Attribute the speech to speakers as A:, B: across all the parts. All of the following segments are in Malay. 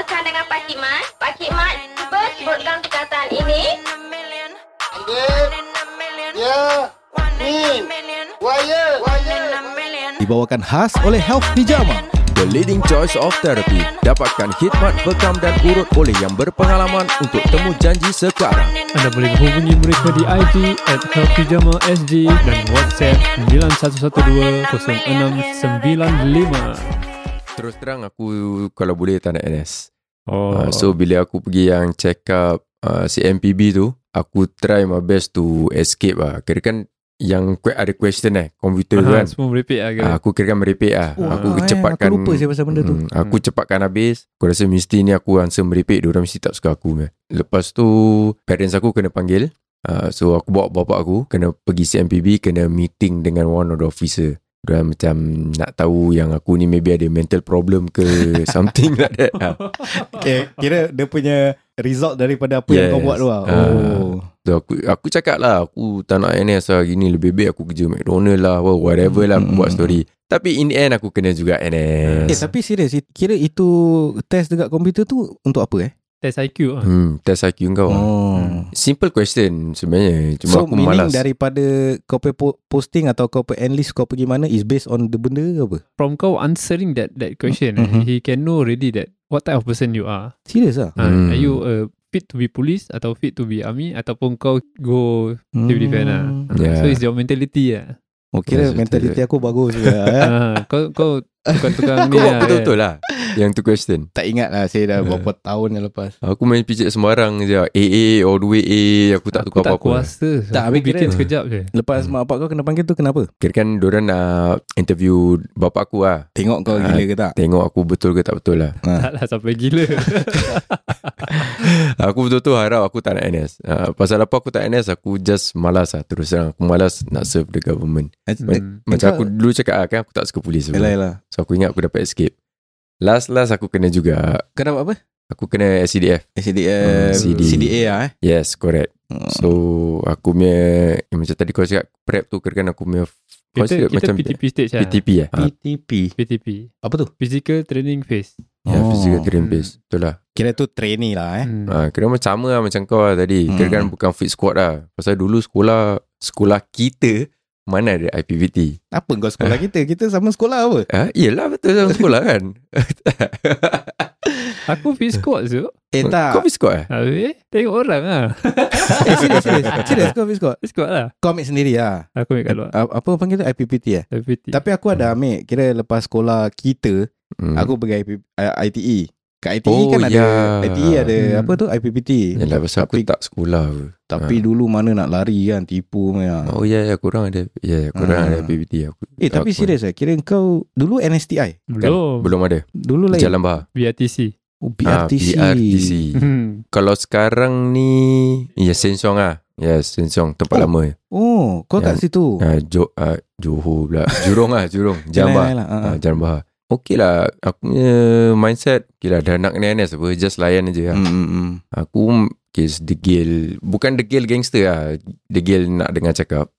A: Pakcik Mat. Pakcik Mat, cuba sebutkan perkataan ini.
B: Anggit. Ya. Min. Waya. Waya.
C: Dibawakan khas oleh Health Nijama.
D: The leading choice of therapy Dapatkan khidmat bekam dan urut oleh yang berpengalaman Untuk temu janji sekarang
E: Anda boleh hubungi mereka di IG at Healthyjama SG dan WhatsApp 9112-0695.
D: Terus terang aku kalau boleh tak nak NS
E: Oh,
D: Uh, so bila aku pergi yang check up uh, CMPB tu, aku try my best to escape lah. Kira kan yang que- ada question eh, komputer tu
E: Aha,
D: kan.
E: semua merepek lah ke?
D: Uh, aku kira kan merepek lah.
C: Oh, ah,
D: aku
C: eh,
D: cepatkan.
C: aku lupa saya pasal benda tu. Hmm.
D: Mm, aku cepatkan habis. Aku rasa mesti ni aku answer merepek. Diorang mesti tak suka aku. Man. Lepas tu, parents aku kena panggil. Uh, so aku bawa bapak aku kena pergi CMPB, kena meeting dengan one of the officer. Diorang macam nak tahu yang aku ni maybe ada mental problem ke something like that. Ah.
C: Okay, kira dia punya result daripada apa yang
D: Yes.
C: kau buat tu lah.
D: Ah.
C: Oh.
D: So, aku aku cakap lah aku tak nak NS lah gini lebih baik aku kerja McDonald lah wha- whatever lah aku
C: Mm-mm.
D: buat story tapi in the end aku kena juga
C: Eh,
D: NS
C: tapi serius, it- kira itu test dekat komputer tu untuk apa eh?
E: Test IQ lah.
D: hmm test IQ kau oh.
C: Oh.
D: simple question sebenarnya
C: so,
D: cuma aku
C: meaning
D: malas
C: daripada kau punya po- posting atau kau punya enlist kau pergi mana is based on the benda ke apa?
E: From kau answering that that question, eh,
D: Mm-hmm.
C: Mhm.
E: he can know already that what type of person you are.
C: Serius lah?
E: Ah,
D: Hmm.
E: Are you uh, fit to be police atau fit to be army ataupun kau go
C: Hmm.
E: civil defense lah. Ah,
D: Yeah.
E: So it's your mentality lah.
C: Oh, kira
D: Yes,
C: mentality aku bagus juga. eh.
E: Ah, kau kau tukar-tukar
D: aku
E: ni
D: buat
E: lah. kan.
D: betul-betul lah yang tu question
C: Tak ingat lah saya dah berapa
D: Hmm.
C: tahun yang lepas.
D: aku main pijak sembarang je AA all the way A aku tak
E: Aku
D: tukar
E: tak
D: apa-apa
E: kuasa.
C: Tak,
E: aku
C: habis kira-
E: bikin sekejap je.
C: Lepas
D: Hmm.
C: mak bapak kau kena panggil tu kenapa?
D: kira kan diorang nak interview bapak aku lah
C: Tengok kau
D: Ah.
C: gila ke tak?
D: tengok aku betul ke tak betul lah
E: Tak lah sampai gila.
D: Aku betul-betul harap aku tak nak NS. Uh, pasal apa aku tak NS, aku just malas lah. Terus terang, aku malas nak serve the government.
E: Hmm.
D: Macam
C: Kau-
D: aku dulu cakap ah, kan, aku tak suka polis.
C: Yalah,
D: Dulu.
C: yalah.
D: So aku ingat aku dapat escape. Last-last aku kena juga.
C: Kau dapat apa?
D: Aku kena SCDF.
C: Eh, SDA,
D: Hmm, CD.
C: CDA lah eh.
D: Yes, correct. So aku punya, eh, macam tadi kau cakap prep tu, kira kan aku punya, kau
E: Kita,
D: cakap
E: kita
D: macam
E: PTP stage lah.
D: PTP eh? Ah,
C: PTP.
E: PTP.
C: Apa tu?
E: Physical Training Phase.
D: Ya,
C: Oh.
D: physical training
E: Hmm.
D: base. Betul lah.
C: Kira tu trainee lah eh.
E: Hmm.
D: Ha, kira macam sama lah macam kau lah tadi. Kira
C: Hmm.
D: kan bukan fit squad lah. Pasal dulu sekolah sekolah kita mana ada IPVT.
C: Apa kau
D: Eh.
C: sekolah kita? Kita sama sekolah apa?
D: Ha? Yelah betul dalam sekolah kan.
E: Aku fit squad tu.
C: Eh
D: Kau fit squad eh?
E: Habis tengok orang lah.
C: eh, serius, serius. serius kau habis kau?
E: Fit squad lah.
C: Kau ambil sendiri lah.
E: Aku ambil kat luar.
C: A- Apa panggil tu? IPPT eh?
E: PT.
C: Tapi aku ada ambil. Kira lepas sekolah kita,
D: Ya. Hmm.
C: aku pergi IP, uh, ITE. Kat ITE
D: Oh,
C: kan ada,
D: ya.
C: ITE ada
E: Hmm.
C: apa tu? IPPT.
D: Yelah pasal aku
C: Tapi-
D: tak sekolah ke.
C: Tapi dulu mana nak lari kan? Tipu punya.
D: Oh ya ya korang ada. Ya ya korang
C: Ah.
D: ada IPVT aku.
C: Eh tapi
D: aku-
C: serius lah. Kira kau dulu NSTI? Oh.
E: Belum.
D: Belum ada.
C: Dulu lah.
D: Jalan Bahar.
E: BRTC.
C: Oh,
D: Ah,
C: BRTC.
D: BRTC.
E: Hmm.
D: Kalau sekarang ni ya Sensong ah. Yes, Sensong
C: Oh.
D: tempat lama.
C: Oh, kau kat
D: Yang-
C: situ.
D: Ah, jo, ah, Johor pula. Jurong ah, Jurong. Jalan Bahar.
C: Yalah, yalah,
D: Ha,
C: ha.
D: Jalan Bahar. Okey lah, aku punya mindset, okey lah dah nak kena NS apa, just layan aja lah.
C: Hmm, hmm, hmm.
D: Aku okay, degil, bukan degil gangster lah, degil nak dengar cakap.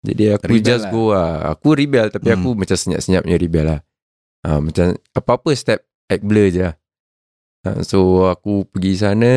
D: Jadi aku
C: Rebel
D: rebel just
C: lah.
D: lah. go lah. Aku rebel tapi
C: Hmm.
D: hmm. aku macam senyap-senyapnya rebel lah. Ha, macam apa-apa step act blur je lah. Ha, so aku pergi sana,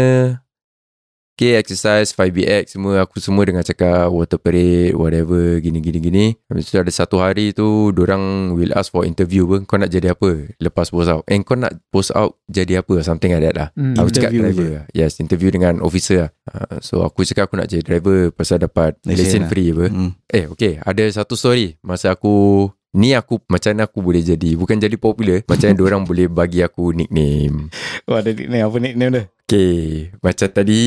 D: Okay, exercise 5BX semua aku semua dengar cakap water parade whatever gini gini gini. Habis tu ada satu hari tu orang will ask for interview pun kau nak jadi apa lepas post out. And kau nak post out jadi apa something like that lah.
E: Hmm.
D: Aku cakap
C: Interview
D: driver lah. Yes, interview dengan officer lah. Uh, so aku cakap aku nak jadi driver pasal dapat
C: Lesen
D: lesen
C: lah.
D: free apa.
C: Hmm.
D: Eh, okay. Ada satu story masa aku Ni aku macam mana aku boleh jadi Bukan jadi popular Macam mana orang boleh bagi aku nickname
C: Oh, ada nickname. Apa nickname dia?
D: Okay Macam tadi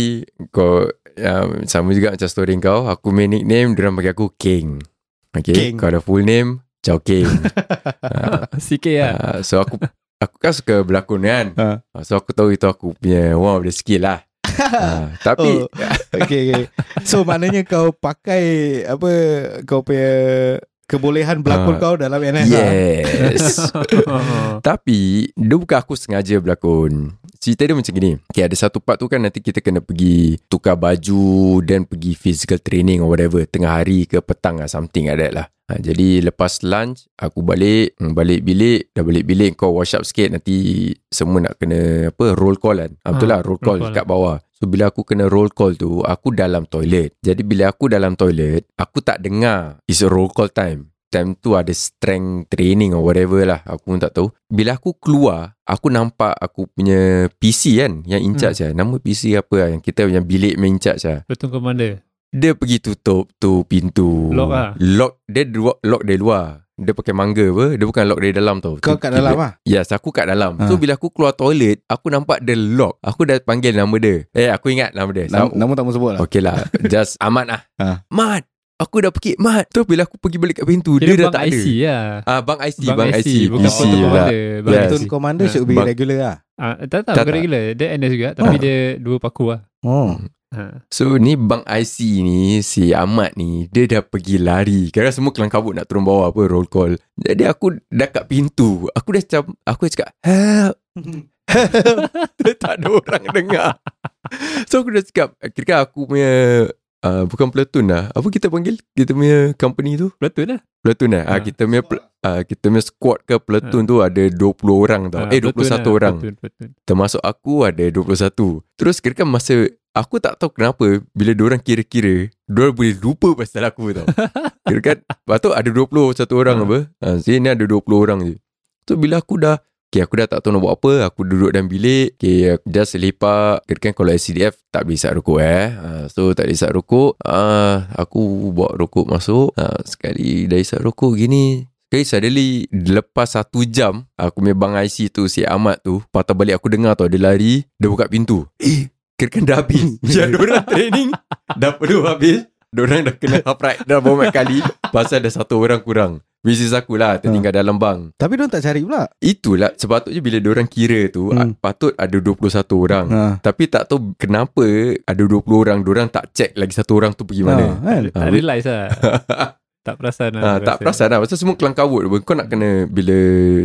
D: Kau um, Sama juga macam story kau Aku main nickname Diorang bagi aku King Okay
C: King.
D: Kau ada full name Chow King
E: CK lah.
D: Ah, So aku Aku kan suka berlakon kan
C: Ha.
D: Ah, So aku tahu itu aku punya One of the skill lah Ah, Tapi
C: Oh. Okay, okay. So, maknanya kau pakai apa kau punya kebolehan berlakon
D: Ah.
C: kau dalam NS lah.
D: Yes oh. Tapi Dia bukan aku sengaja berlakon Cerita dia macam gini Okay ada satu part tu kan Nanti kita kena pergi Tukar baju Then pergi physical training Or whatever Tengah hari ke petang lah Something like that lah Ha, jadi lepas lunch aku balik, hmm, balik bilik, dah balik bilik kau wash up sikit nanti semua nak kena apa roll call kan. Ha, betul
E: Ah,
D: lah roll call,
E: roll call.
D: kat bawah. So bila aku kena roll call tu, aku dalam toilet. Jadi bila aku dalam toilet, aku tak dengar is roll call time. Time tu ada strength training or whatever lah. Aku pun tak tahu. Bila aku keluar, aku nampak aku punya PC kan yang in charge
E: Hmm.
D: lah. Nama PC apa lah yang kita yang bilik main charge lah.
E: Betul commander.
D: Dia pergi tutup tu pintu.
E: Lock ah?
D: Lock. Dia dua- lock dari luar. Dia pakai mangga apa. Dia bukan lock dari dalam tau.
C: Kau
D: Tu-
C: kat dalam lah
D: Yes, aku kat dalam.
C: Ah.
D: So, bila aku keluar toilet, aku nampak dia lock. Aku dah panggil nama dia. Eh, aku ingat nama dia.
C: Nam,
D: Sama-
C: Nama tak mau sebut lah
D: Okey lah. Just Ahmad lah.
C: Ah.
D: Mat. Aku dah pergi. Mat. Terus bila aku pergi balik kat pintu, dia, dah
E: bang
D: tak
E: IC
D: ada.
E: lah.
D: Ah, bang IC. Bang,
E: Bang
D: IC.
E: Bukan
D: PC
E: Platoon
D: lah.
E: Commander. Bang
D: Yes.
E: IC.
C: Platoon commander should be
D: Bang-
C: regular lah
E: Ah, tak
D: Tak,
E: tak, bukan
D: tak. Ah.
E: regular. Dia NS juga tapi dia dua paku lah.
C: Oh
E: Ha.
D: So, ni bang IC ni, si Ahmad ni, dia dah pergi lari. Kadang semua kelang kabut nak turun bawah apa, roll call. Jadi, aku dah kat pintu. Aku dah macam, aku cakap, help. Dia tak ada orang dengar. So aku dah cakap, kira aku punya, uh, bukan platoon lah. Apa kita panggil? Kita punya company tu?
E: Platoon lah.
D: Platoon lah. Ah,
E: Ah,
D: kita punya, pl- ah, kita punya squad ke platoon tu ada 20 orang tau.
E: Ah,
D: eh, 21
E: platoon lah,
D: orang.
E: Platoon, platoon.
D: Termasuk aku ada 21. Terus kira masa, aku tak tahu kenapa bila diorang kira-kira, diorang boleh lupa pasal aku tau. kira kan, lepas tu ada 21 orang
E: Ah.
D: apa. Ha, sini ada 20 orang je. So bila aku dah Okay aku dah tak tahu nak buat apa Aku duduk dalam bilik Okay aku just lepak Kira kan kalau SCDF Tak boleh isap rokok eh uh, So tak boleh isap rokok uh, Aku buat rokok masuk uh, Sekali dah isap rokok gini Okay suddenly Lepas satu jam Aku punya bang IC tu Si Ahmad tu Patah balik aku dengar tau Dia lari Dia buka pintu Eh Kira kan dah habis Ya dorang training Dah perlu habis Dorang dah kena upright Dah bomat kali Pasal ada satu orang kurang Which is aku lah Tertinggal dalam bang
C: Tapi dia tak cari pula
D: Itulah sepatutnya bila orang kira tu
C: Hmm.
D: hmm. patut ada 21 orang.
C: ha.
D: Tapi tak tahu kenapa ada 20 orang, orang tak check lagi satu orang tu pergi mana.
C: kan?
E: Tak
D: Ah,
E: realise lah. tak perasan lah.
D: Ha, tak
E: aku rasa.
D: perasan lah Pasal semua kelang kabut pun. Kau nak kena Bila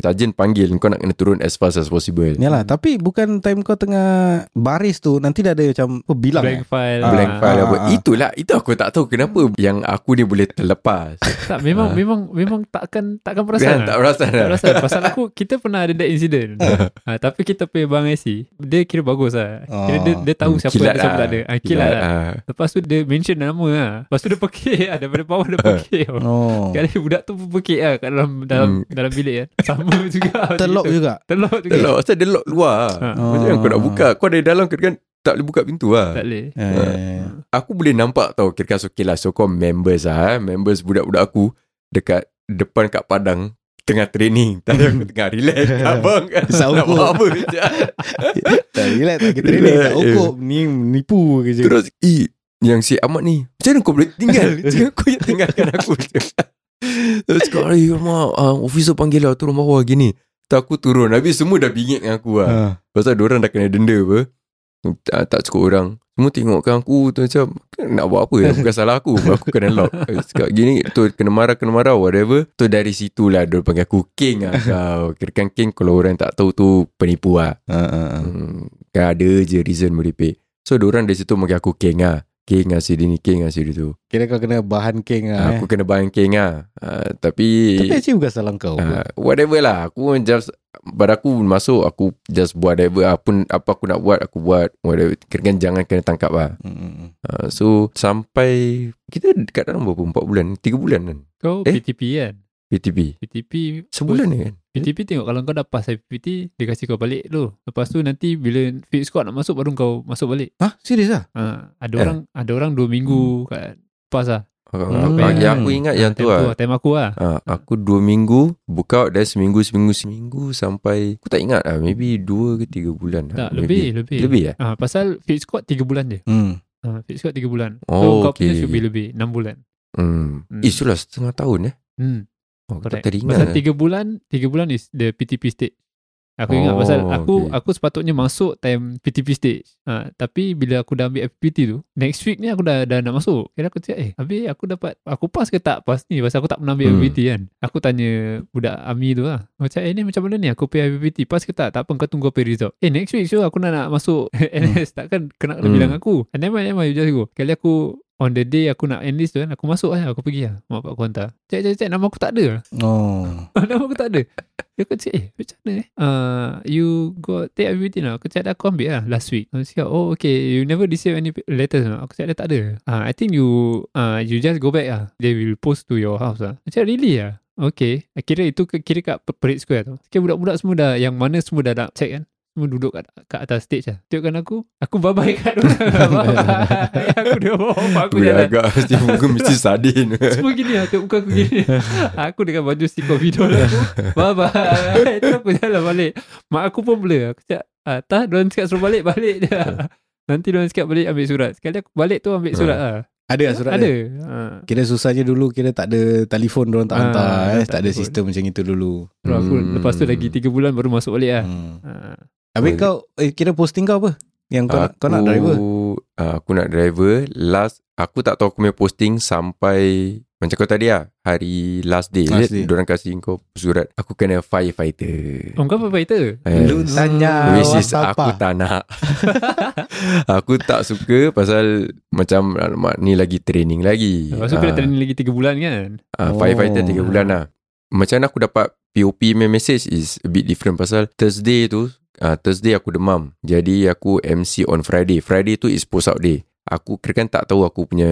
D: Tajin panggil Kau nak kena turun As fast as possible
C: Yalah Tapi bukan time kau tengah Baris tu Nanti dah ada macam oh, Bilang
E: Blank
C: eh?
E: file.
C: Ah,
D: Blank
E: Ah.
D: file apa
C: ah, ah.
D: Itulah Itu aku tak tahu Kenapa yang aku ni Boleh terlepas
E: Tak memang
D: Ah.
E: memang memang takkan takkan perasan.
D: Kan
E: lah.
D: tak perasan Ah.
E: Tak
D: lah
E: rasa Pasal aku Kita pernah ada that incident ha, Tapi kita punya bang IC Dia kira bagus lah Kira dia, dia tahu
D: Hmm,
E: siapa
D: kilat
E: ada Siapa
D: lah.
E: tak ada ha, Kilat, lah.
D: ah.
E: Lepas tu dia mention nama lah Lepas tu dia pekik lah Daripada bawah dia pekik
D: Ah.
E: tau.
C: Oh
D: Kan?
E: Sekali budak tu pun pekik lah Kat dalam
D: Hmm.
E: Dalam, dalam bilik kan Sama juga macam
C: Terlok
E: gitu.
C: juga
E: Terlok juga
D: Delok Pasal delok luar
E: Ha.
D: Macam mana kau
C: Ah.
D: nak buka Kau dari dalam kan Tak boleh buka pintu lah
E: Tak boleh
C: Ya, ya,
D: Ah.
C: ya.
D: Aku boleh nampak tau Kira okay lah So called members lah eh. Members budak-budak aku Dekat Depan kat Padang Tengah training Tadi aku tengah relax Abang kan
C: Sahur.
D: Nak buat apa je.
C: Tak relax tak kita relax
D: Relax,
C: Tak okup Ni nipu kerja
D: Terus Eh Yang si Ahmad ni Macam mana kau boleh tinggal Jangan kau yang tinggalkan aku Terus kau Eh Ahmad uh, Officer panggil lah Turun bawah gini Tu aku turun Habis semua dah bingit dengan aku lah
C: Ha.
D: Pasal diorang dah kena denda apa tak, tak cukup orang Semua tengokkan aku tu macam kan Nak buat apa Bukan salah aku Aku kena lock Eh, Cakap gini tu Kena marah Kena marah Whatever Tu dari situ lah Dia panggil aku King lah kau Kirakan King Kalau orang tak tahu tu Penipu lah
C: Ha, ha, ha.
D: hmm, Kan ada je reason meripik So diorang dari situ Panggil aku King lah King lah sini King lah sini tu
C: Kira kau kena bahan king lah eh.
D: Aku kena bayang King lah Ah, Tapi
C: Tapi actually bukan salah kau
D: Ah, whatever lah aku pun just pada aku masuk aku just buat whatever apa apa aku nak buat aku buat whatever kira jangan kena tangkap lah
C: Hmm.
D: Ah, so sampai kita dekat dalam berapa 4 bulan 3 bulan kan
E: Kau
D: Eh?
E: PTP kan
D: PTP
E: PTP
D: sebulan ni kan
E: PTP tengok Kalau kau dah pass PTP Dia kasih kau balik dulu Lepas tu nanti Bila fit squad nak masuk Baru kau masuk balik
C: Ha? Serius lah?
E: Ha, ada
D: Eh.
E: orang ada orang dua minggu kat PAS lah.
D: hmm.
C: Hmm.
D: yang aku ingat yang tu
E: Time
D: lah
E: Time aku lah.
D: Ah, aku 2 minggu book out dan seminggu seminggu seminggu sampai aku tak ingat lah maybe 2 ke 3 bulan lah,
E: Tak,
D: maybe.
E: lebih, lebih.
D: lebih eh
E: Ah, pasal fit squad 3 bulan je.
C: Hmm.
E: Ah, fit squad 3 bulan.
D: Oh,
E: so, kau punya
D: okay.
E: should be lebih 6 bulan.
D: hmm.
E: Hmm.
D: eh sudah setengah tahun eh
E: Hmm,
D: oh, aku tak
E: correct.
D: teringat
E: pasal
D: lah.
E: 3 bulan, 3 bulan is the PTP stage. Aku ingat
D: Oh,
E: pasal aku
D: okay.
E: aku sepatutnya masuk time PTP stage. Ha, tapi bila aku dah ambil FPT tu, next week ni aku dah dah nak masuk. Kira aku cakap, eh, habis aku dapat, aku pass ke tak pass ni? Pasal aku tak pernah ambil
D: Hmm.
E: FPT kan. Aku tanya budak AMI tu lah. Macam, eh ni macam mana ni? Aku pay FPT, pass ke tak? Tak apa, kau tunggu apa result. Eh, next week sure aku "Ah, nak, nak masuk NS. Takkan kena kena
D: Hmm.
E: bilang aku. And never mind, never mind, you just go. Kali aku On the day aku nak enlist tu kan Aku masuk lah Aku pergi lah Mak bapak aku hantar Cek cek cek Nama aku tak ada lah
C: Oh.
E: Nama aku tak ada Dia aku cek Eh macam mana eh uh, You got take everything lah Aku cek aku ambil lah Last week Aku cakap oh okay You never receive any letters lah Aku cakap dia tak ada uh, I think you uh, You just go back lah They will post to your house lah Macam really lah Okay Kira itu ke- kira kat parade square tu Kira budak-budak semua dah Yang mana semua dah nak check kan semua duduk kat, kat atas stage lah. Tengokkan aku. Aku bye-bye kat dorang. Bye-bye. aku dia bawa bapak aku
D: Boleh
E: jalan.
D: agak Mesti muka mesti sadin
E: Semua gini lah Tengok muka aku gini Aku dengan baju stick video lah Bye bye Terus aku jalan balik Mak aku pun blur Aku cakap ah, Tak diorang cakap suruh balik Balik je Nanti diorang cakap balik Ambil surat Sekali aku balik tu Ambil surat lah
C: Ada lah surat
E: Ada
C: dia?
E: ha.
C: Kira susahnya dulu kira tak ada telefon orang tak
E: Ah,
C: hantar eh. Tak
E: tak
C: ada
E: telefon.
C: sistem macam itu dulu.
E: Terus aku
D: Hmm.
E: Lepas tu lagi 3 bulan Baru masuk balik lah
C: Hmm.
E: ha.
C: Habis
D: Boleh.
C: kau eh, kira posting kau apa? Yang kau, nak, kau nak driver?
D: uh, Aku nak driver Last Aku tak tahu aku punya posting Sampai Macam kau tadi lah Hari last day
C: Last
D: last
C: day.
D: day. Diorang kasih kau surat Aku kena firefighter
E: Oh kau apa fighter?
D: Eh,
C: Lu tanya
D: Which is aku
C: apa?
D: tak nak Aku tak suka Pasal Macam alamak, Ni lagi training lagi
E: Lepas tu kena training lagi 3 bulan kan
D: uh,
C: Oh.
D: Firefighter 3 bulan lah Macam mana aku dapat POP punya message Is a bit different Pasal Thursday tu uh, Thursday aku demam Jadi aku MC on Friday Friday tu is post out day Aku kira kan tak tahu Aku punya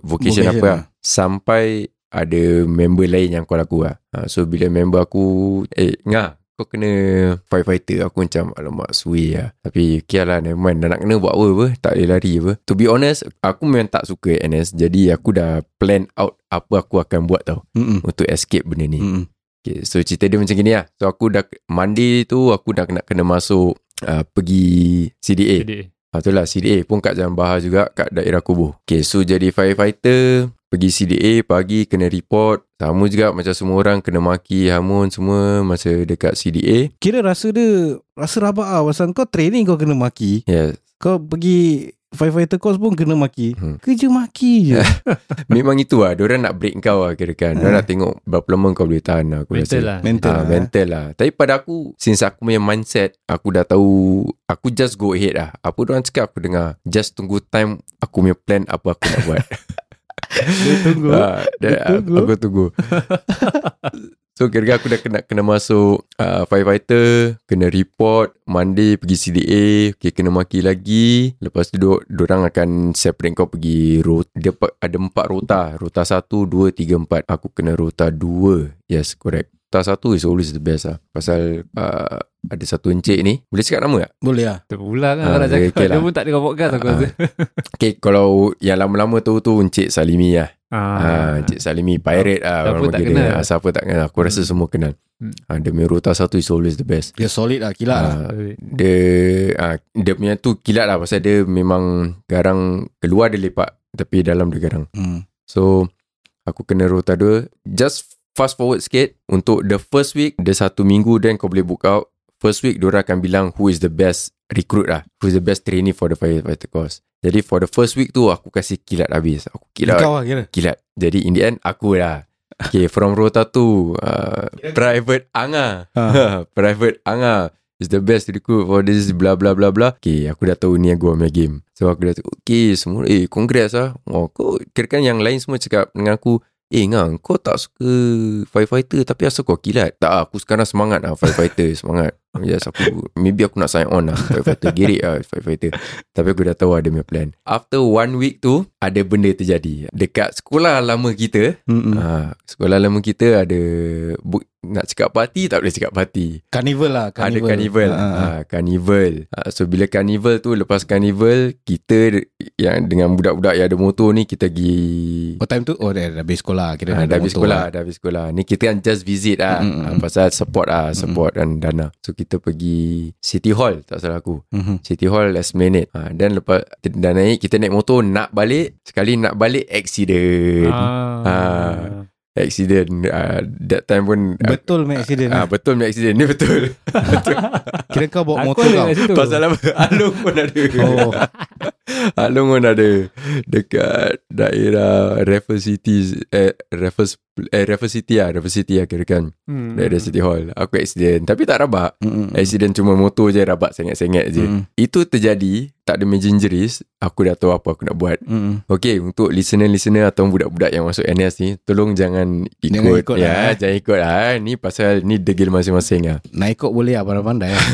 D: Vocation,
C: Vocation
D: apa lah
C: lah.
D: Sampai Ada member lain yang call aku lah uh, So bila member aku Eh ngah kau kena firefighter Aku macam Alamak suwe lah Tapi okay lah never mind Dah nak kena buat apa apa Tak boleh lari apa To be honest Aku memang tak suka NS Jadi aku dah plan out Apa aku akan buat tau
C: Mm-mm.
D: Untuk escape benda ni
C: Mm-mm.
D: Okay, so cerita dia macam gini lah. So aku dah, Monday tu aku dah nak kena masuk uh, pergi CDA.
E: Jadi
D: Ha, itulah CDA pun kat Jalan Bahar juga kat daerah Kubu. Okay, so jadi firefighter, pergi CDA pagi kena report. Sama juga macam semua orang kena maki hamun semua masa dekat CDA.
C: Kira rasa dia Rasa rabak lah Pasal kau training kau kena maki
D: Yes.
C: Kau pergi Firefighter course pun kena maki
D: Hmm.
C: Kerja maki je
D: Memang itu lah. Diorang nak break kau lah kira kan. Diorang nak tengok berapa lama kau boleh tahan lah, aku rasa.
E: Mental lah
C: Mental,
D: Ah,
C: lah, eh.
D: mental lah. Tapi pada aku, since aku punya mindset, aku dah tahu, aku just go ahead lah. Apa orang cakap aku dengar. Just tunggu time aku punya plan apa aku nak buat.
C: Dia tunggu
D: Ah, dia,
C: tunggu.
D: Aku tunggu. so kira aku dah kena kena masuk uh, firefighter, kena report, Monday pergi CDA, okay, kena maki lagi. Lepas tu dor- dorang akan separate kau pergi rota. Dia pe- ada empat rota. Rota satu, dua, tiga, empat. Aku kena rota dua. Yes, correct. Rota satu is always the best lah. Pasal uh, ada satu encik ni. Boleh cakap nama tak?
C: Boleh lah
E: Terpulang lah
D: Ah,
E: orang nak
D: okay,
E: cakap
D: okay
E: Dia
D: lah.
E: pun tak dengar podcast aku
D: Ah,
E: rasa
D: Okay, kalau yang lama-lama tu tu encik Salimi lah.
E: Ah,
D: Ah, Cik Salimi pirate ah,
E: Siapa
D: orang
E: tak
D: panggil
E: kenal?
D: Dia. Ah, siapa tak kenal? Aku rasa semua kenal.
E: Hmm.
D: Ah, dia punya rota satu is always the best.
C: Dia solid lah Kilat lah
D: Ah, dia ah, dia punya tu kilat lah pasal dia memang garang keluar dia lepak tapi dalam dia garang.
C: hmm.
D: So aku kena rota dua. Just fast forward sikit untuk the first week dia satu minggu then kau boleh book out. First week diorang akan bilang who is the best recruit lah. Who is the best trainee for the firefighter course. Jadi for the first week tu aku kasih kilat habis. Aku kilat
C: Kau lah kira
D: kilat. Jadi in the end aku lah. Okay from Rota tu uh, Private Anga
C: Ah.
D: Private Anga is the best recruit for this bla bla bla bla. Okay aku dah tahu ni yang gua punya game. So aku dah tahu okay semua eh congrats lah. Oh, kau kira kan yang lain semua cakap dengan aku Eh Ngang, kau tak suka firefighter tapi asal kau kilat? Tak lah, aku sekarang semangat lah firefighter, semangat. Yes, aku, maybe aku nak sign on lah firefighter, gerik lah firefighter. Tapi aku dah tahu ada punya plan. After one week tu, ada benda terjadi. Dekat sekolah lama kita,
C: Mm-mm.
D: ha, sekolah lama kita ada, bu- nak cakap party tak boleh cakap party.
C: Carnival lah
D: Carnival.
C: carnival.
D: Ada carnival.
C: Ah,
D: Ha,
C: ah.
D: carnival. Ha, so bila carnival tu lepas carnival kita yang dengan budak-budak yang ada motor ni kita pergi
C: Oh time tu Oh dah, dah habis sekolah Kira
D: Ha, Ah. dah habis
C: motor
D: sekolah, dah habis sekolah. Ni kita kan just visit lah.
C: Mm-mm.
D: Mm-hmm. pasal support lah, support mm-hmm. dan dana. So kita pergi City Hall, tak salah aku.
C: Mhm.
D: City Hall Esplanade. Ha, dan lepas dah naik, kita naik motor nak balik. Sekali nak balik, accident.
E: Ah.
D: Accident. Uh, that time pun...
C: Betul main accident
D: Ah,
C: lah.
D: betul ni accident Ni betul
C: Kira kau bawa
E: Aku
C: motor
E: ada
C: kau
E: kat situ.
D: Pasal apa Alung pun ada
C: Oh
D: Alung pun ada Dekat Daerah Raffles City eh, Raffles eh, Raffles City lah Raffles City lah kira kan
E: Hmm.
D: Dari City Hall Aku accident Tapi tak rabak
C: Mm-mm.
D: Accident cuma motor je Rabak sengit-sengit je
C: Mm.
D: Itu terjadi tak ada Imagine Jeris, aku dah tahu apa aku nak buat.
C: Mm.
D: Okay, untuk listener-listener atau budak-budak yang masuk NS ni, tolong jangan ikut.
C: Jangan ikut
D: ya,
C: lah, eh.
D: jangan ikut lah. Ni pasal ni degil masing-masing lah.
C: Nak ikut boleh lah pandai-pandai lah.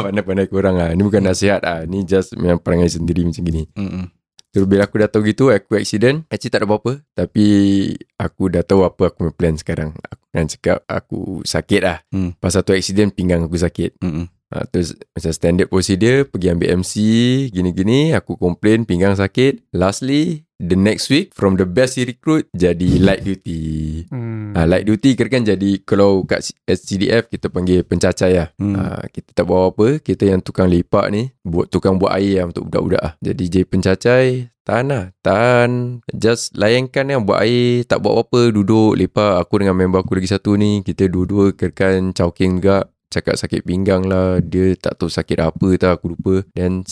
D: Pandai-pandai korang lah. Ni bukan
C: Hmm.
D: nasihat lah. Ni just memang perangai sendiri macam gini.
C: Mm-mm.
D: Terus bila aku dah tahu gitu Aku accident Actually tak ada apa-apa Tapi Aku dah tahu apa aku punya plan sekarang Aku kan cakap Aku sakit lah
C: Hmm.
D: hmm. Pasal tu accident Pinggang aku sakit
C: Mm-mm.
D: ha, Terus macam standard procedure Pergi ambil MC Gini-gini Aku complain Pinggang sakit Lastly The next week From the best recruit Jadi light duty
E: Hmm.
D: Ha, light duty kira kan jadi kalau kat C- SCDF kita panggil pencacai lah.
C: Hmm.
D: Hmm. Ha, kita tak bawa apa, kita yang tukang lepak ni, buat tukang buat air lah untuk budak-budak lah. Jadi jadi pencacai, tahan lah, tahan. Just layankan yang buat air, tak buat apa-apa, duduk lepak. Aku dengan member aku lagi satu ni, kita dua-dua kira kan cawking juga. Cakap sakit pinggang lah Dia tak tahu sakit apa tak Aku lupa Then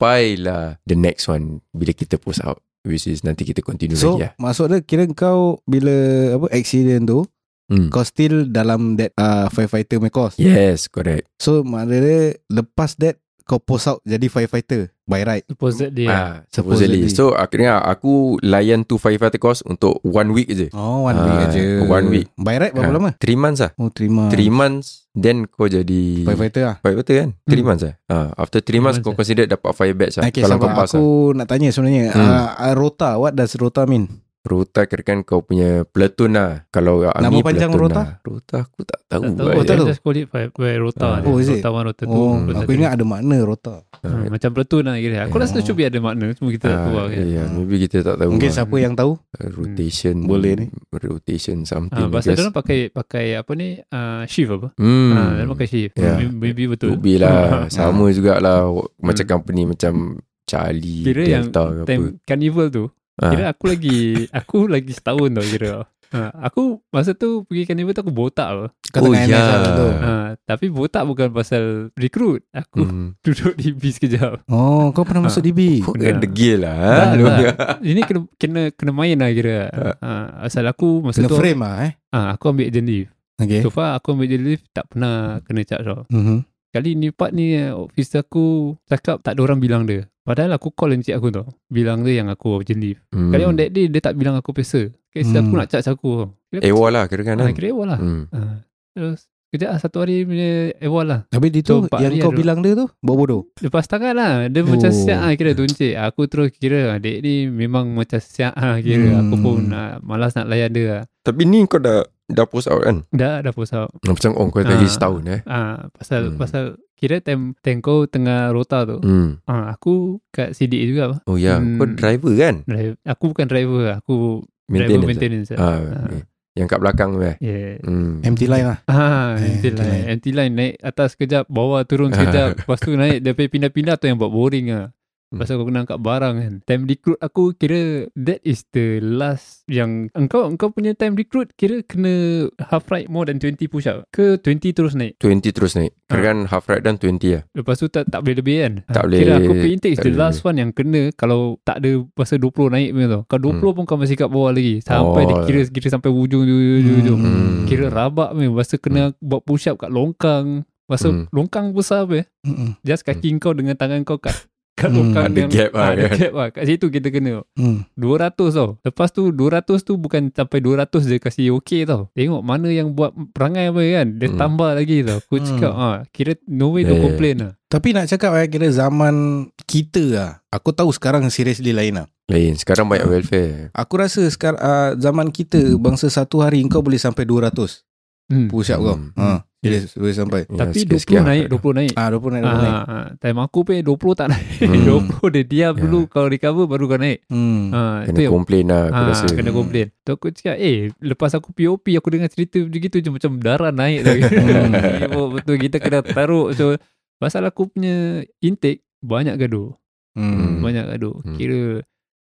D: sampailah The next one Bila kita post out Which is nanti kita continue
C: So
D: lagi lah
C: maksud dia kira kau bila apa accident tu
D: hmm.
C: kau still dalam that uh, firefighter punya course.
D: Yes correct
C: So maknanya lepas that kau post out jadi firefighter by right.
E: Suppose that dia.
D: Yeah. Ah, supposedly.
C: Supposedly.
D: So akhirnya aku layan tu firefighter course untuk one week je.
C: Oh one
D: Ah,
C: week aja.
D: one week.
C: By right berapa
D: Ah,
C: lama?
D: Three months lah.
C: Oh
E: Ah.
C: terima.
D: Three months then kau jadi
C: Firefighter lah.
D: firefighter kan? Three
E: Hmm.
D: months lah. Ah, after three months kau
E: months eh.
D: consider dapat fire badge lah.
C: Okay,
D: kalau kau
C: sabar.
D: pass lah.
C: Aku nak tanya sebenarnya
D: Hmm.
C: uh, uh, Rota What does Rota mean?
D: Rota kira kan kau punya platoon lah. Kalau army
C: panjang
D: platoon
C: Rota?
D: Lah. Rota aku tak tahu.
E: Tak tahu.
D: lah.
E: Oh, tak
C: tahu.
E: Just call it by, by
D: Ah.
E: rota. dia.
C: Oh, is it?
E: Rota one, rota two.
C: Oh,
E: rota
C: aku
E: three.
C: ingat ada makna Rota
D: Ah,
E: Hmm, macam platoon lah kira. Aku
D: Yeah.
E: rasa should be ada makna. Cuma kita tak
D: Ah,
E: tahu lah kan.
D: yeah, maybe kita tak tahu.
C: Mungkin
D: lah.
C: siapa yang tahu
D: rotation
C: Hmm. Boleh ni.
D: Rotation something.
E: Ah, pasal
D: I guess.
E: dia pakai pakai apa ni ah, shift apa?
D: Hmm.
E: Ah, dia pakai shift.
D: Yeah.
E: Maybe, maybe betul.
D: Ruby
E: Ah.
D: lah
C: Hmm.
D: Sama jugalah Macam company Macam Charlie
E: Hmm. Kira yang
D: Delta ke apa
E: Time carnival tu
D: Ah.
E: Kira aku lagi Aku lagi setahun tau kira ha, Aku Masa tu pergi carnival tu Aku botak tau
C: Kau
D: Oh,
C: tengah
D: ya.
C: NS lah betul.
E: ha, Tapi botak bukan pasal Recruit Aku
D: Hmm.
E: duduk di bis kejap
C: Oh kau pernah masuk DB
D: Kau
E: Kena.
D: kan degil lah ha?
E: Dah
D: Lu-
E: lah. Ini kena Kena, kena main lah kira ha, Asal aku Masa
C: Kena
E: tu
C: frame Eh. lah eh
E: ha, Aku ambil agent leave
C: Okay
E: So far aku ambil agent leave Tak pernah Kena charge tau
C: Mhm.
E: Kali ni part ni eh, Office aku Cakap tak ada orang bilang dia Padahal aku call encik aku tau Bilang dia yang aku agent leave
D: Hmm.
E: Kali on that day Dia tak bilang aku pesa Kali hmm.
C: Hmm.
E: aku nak charge aku tau. Kira aku
D: AWOL lah kira kan
E: Ah, kira AWOL lah.
D: Hmm.
E: Ah, Terus kerja lah satu hari punya AWOL lah.
C: Habis dia tu
E: So, Pak
C: yang
E: Ali
C: kau
E: ada-
C: bilang dia tu Bawa bodoh
E: Lepas tangan lah. Dia
C: Oh.
E: macam siap lah kira tuncik. Aku terus kira adik ni memang macam siap lah kira. Aku
C: Hmm.
E: pun ah, malas nak layan dia lah.
D: Tapi ni kau dah Dah post out kan
E: Dah, dah post out.
D: Macam oh kau lagi
E: Ah.
D: setahun eh
E: Ah, pasal,
D: Hmm.
E: pasal kira time, time kau tengah rota tu.
D: hmm.
E: Ah, aku kat CDA juga apa.
D: Oh ya Kau
E: Hmm.
D: driver kan
E: Drive- Aku bukan driver lah. Aku driver
D: Maintenance,
E: maintenance
D: eh?
E: lah.
D: Ah, okay. Yang kat belakang tu eh
E: Yeah.
D: hmm.
C: Empty line lah
E: Ah,
C: Eh,
E: empty
C: empty
E: line.
C: line.
E: Empty line naik atas sekejap, bawah turun sekejap. Lepas tu naik, dia pergi pindah-pindah tu yang buat boring lah.
D: Hmm.
E: Pasal kau kena angkat barang kan. Time recruit aku kira that is the last yang engkau engkau punya time recruit kira kena half right more than 20 push up ke 20 terus naik.
D: 20 terus naik Kira
E: Ah.
D: kan half right dan 20 lah
E: Lepas tu tak tak boleh lebih kan.
D: Tak
E: Ah,
D: boleh,
E: Kira aku punya intake is
D: tak
E: the
D: boleh
E: last one yang kena kalau tak ada pasal 20 naik punya tau. Kau 20 pun kau masih kat bawah lagi. Sampai
D: Hmm. Oh.
E: dia kira kira sampai ujung ujung ujung. ujung.
D: Hmm.
E: Kira rabak meh Masa kena buat push up kat longkang Masa
D: Hmm.
E: longkang besar apa eh?
C: Mm-mm.
E: Just kaki kau dengan tangan kau kat Kat
C: Hmm.
E: longkang
D: Ada
E: yang,
D: gap lah
E: ah, Ada
D: kan.
E: gap lah Kat situ kita kena
C: Mm.
E: 200 tau Lepas tu 200 tu bukan sampai 200 je kasi okey tau Tengok mana yang buat perangai apa kan Dia
D: Hmm.
E: tambah lagi tau Aku
C: Hmm.
E: cakap ah, Kira no way
D: Yeah,
E: to
D: yeah.
E: complain lah
C: Tapi nak cakap eh Kira zaman kita lah Aku tahu sekarang seriously lain lah
D: Lain Sekarang
E: Ah.
D: banyak welfare
C: Aku rasa sekarang uh, Zaman kita Bangsa satu hari Kau boleh sampai 200
E: Hmm.
C: Push up kau
D: Hmm.
C: ha, Boleh, boleh sampai
D: Ya,
E: Tapi
D: sikit-sikit lah.
E: 20 naik 20 naik
C: Ah, 20 naik, 20 naik.
E: Ah, ah, time aku pun 20 tak naik
D: Hmm.
E: 20 dia diam
D: Yeah.
E: dulu Kalau recover baru kau naik
C: Hmm.
E: Ah,
D: Kena
E: itu yang
D: complain lah Aku
E: Ah,
D: rasa
E: kena
C: Hmm.
E: complain. Tu aku cakap, eh, lepas aku POP, aku dengar cerita macam gitu, je macam darah naik tau. Sibuk Betul, kita kena taruh. So, pasal aku punya intake, banyak gaduh.
C: Hmm.
D: Hmm.
E: Banyak gaduh.
D: Hmm.
E: Kira,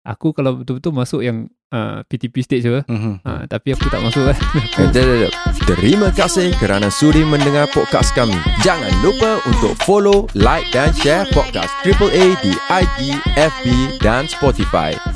E: aku kalau betul-betul masuk yang ah, PTP stage apa,
C: Mhm.
E: ah,
D: Hmm.
E: tapi aku tak masuk lah.
D: Eh, jap, jap, jap. Terima kasih kerana sudi mendengar podcast kami. Jangan lupa untuk follow, like dan share podcast Triple A di IG, FB dan Spotify.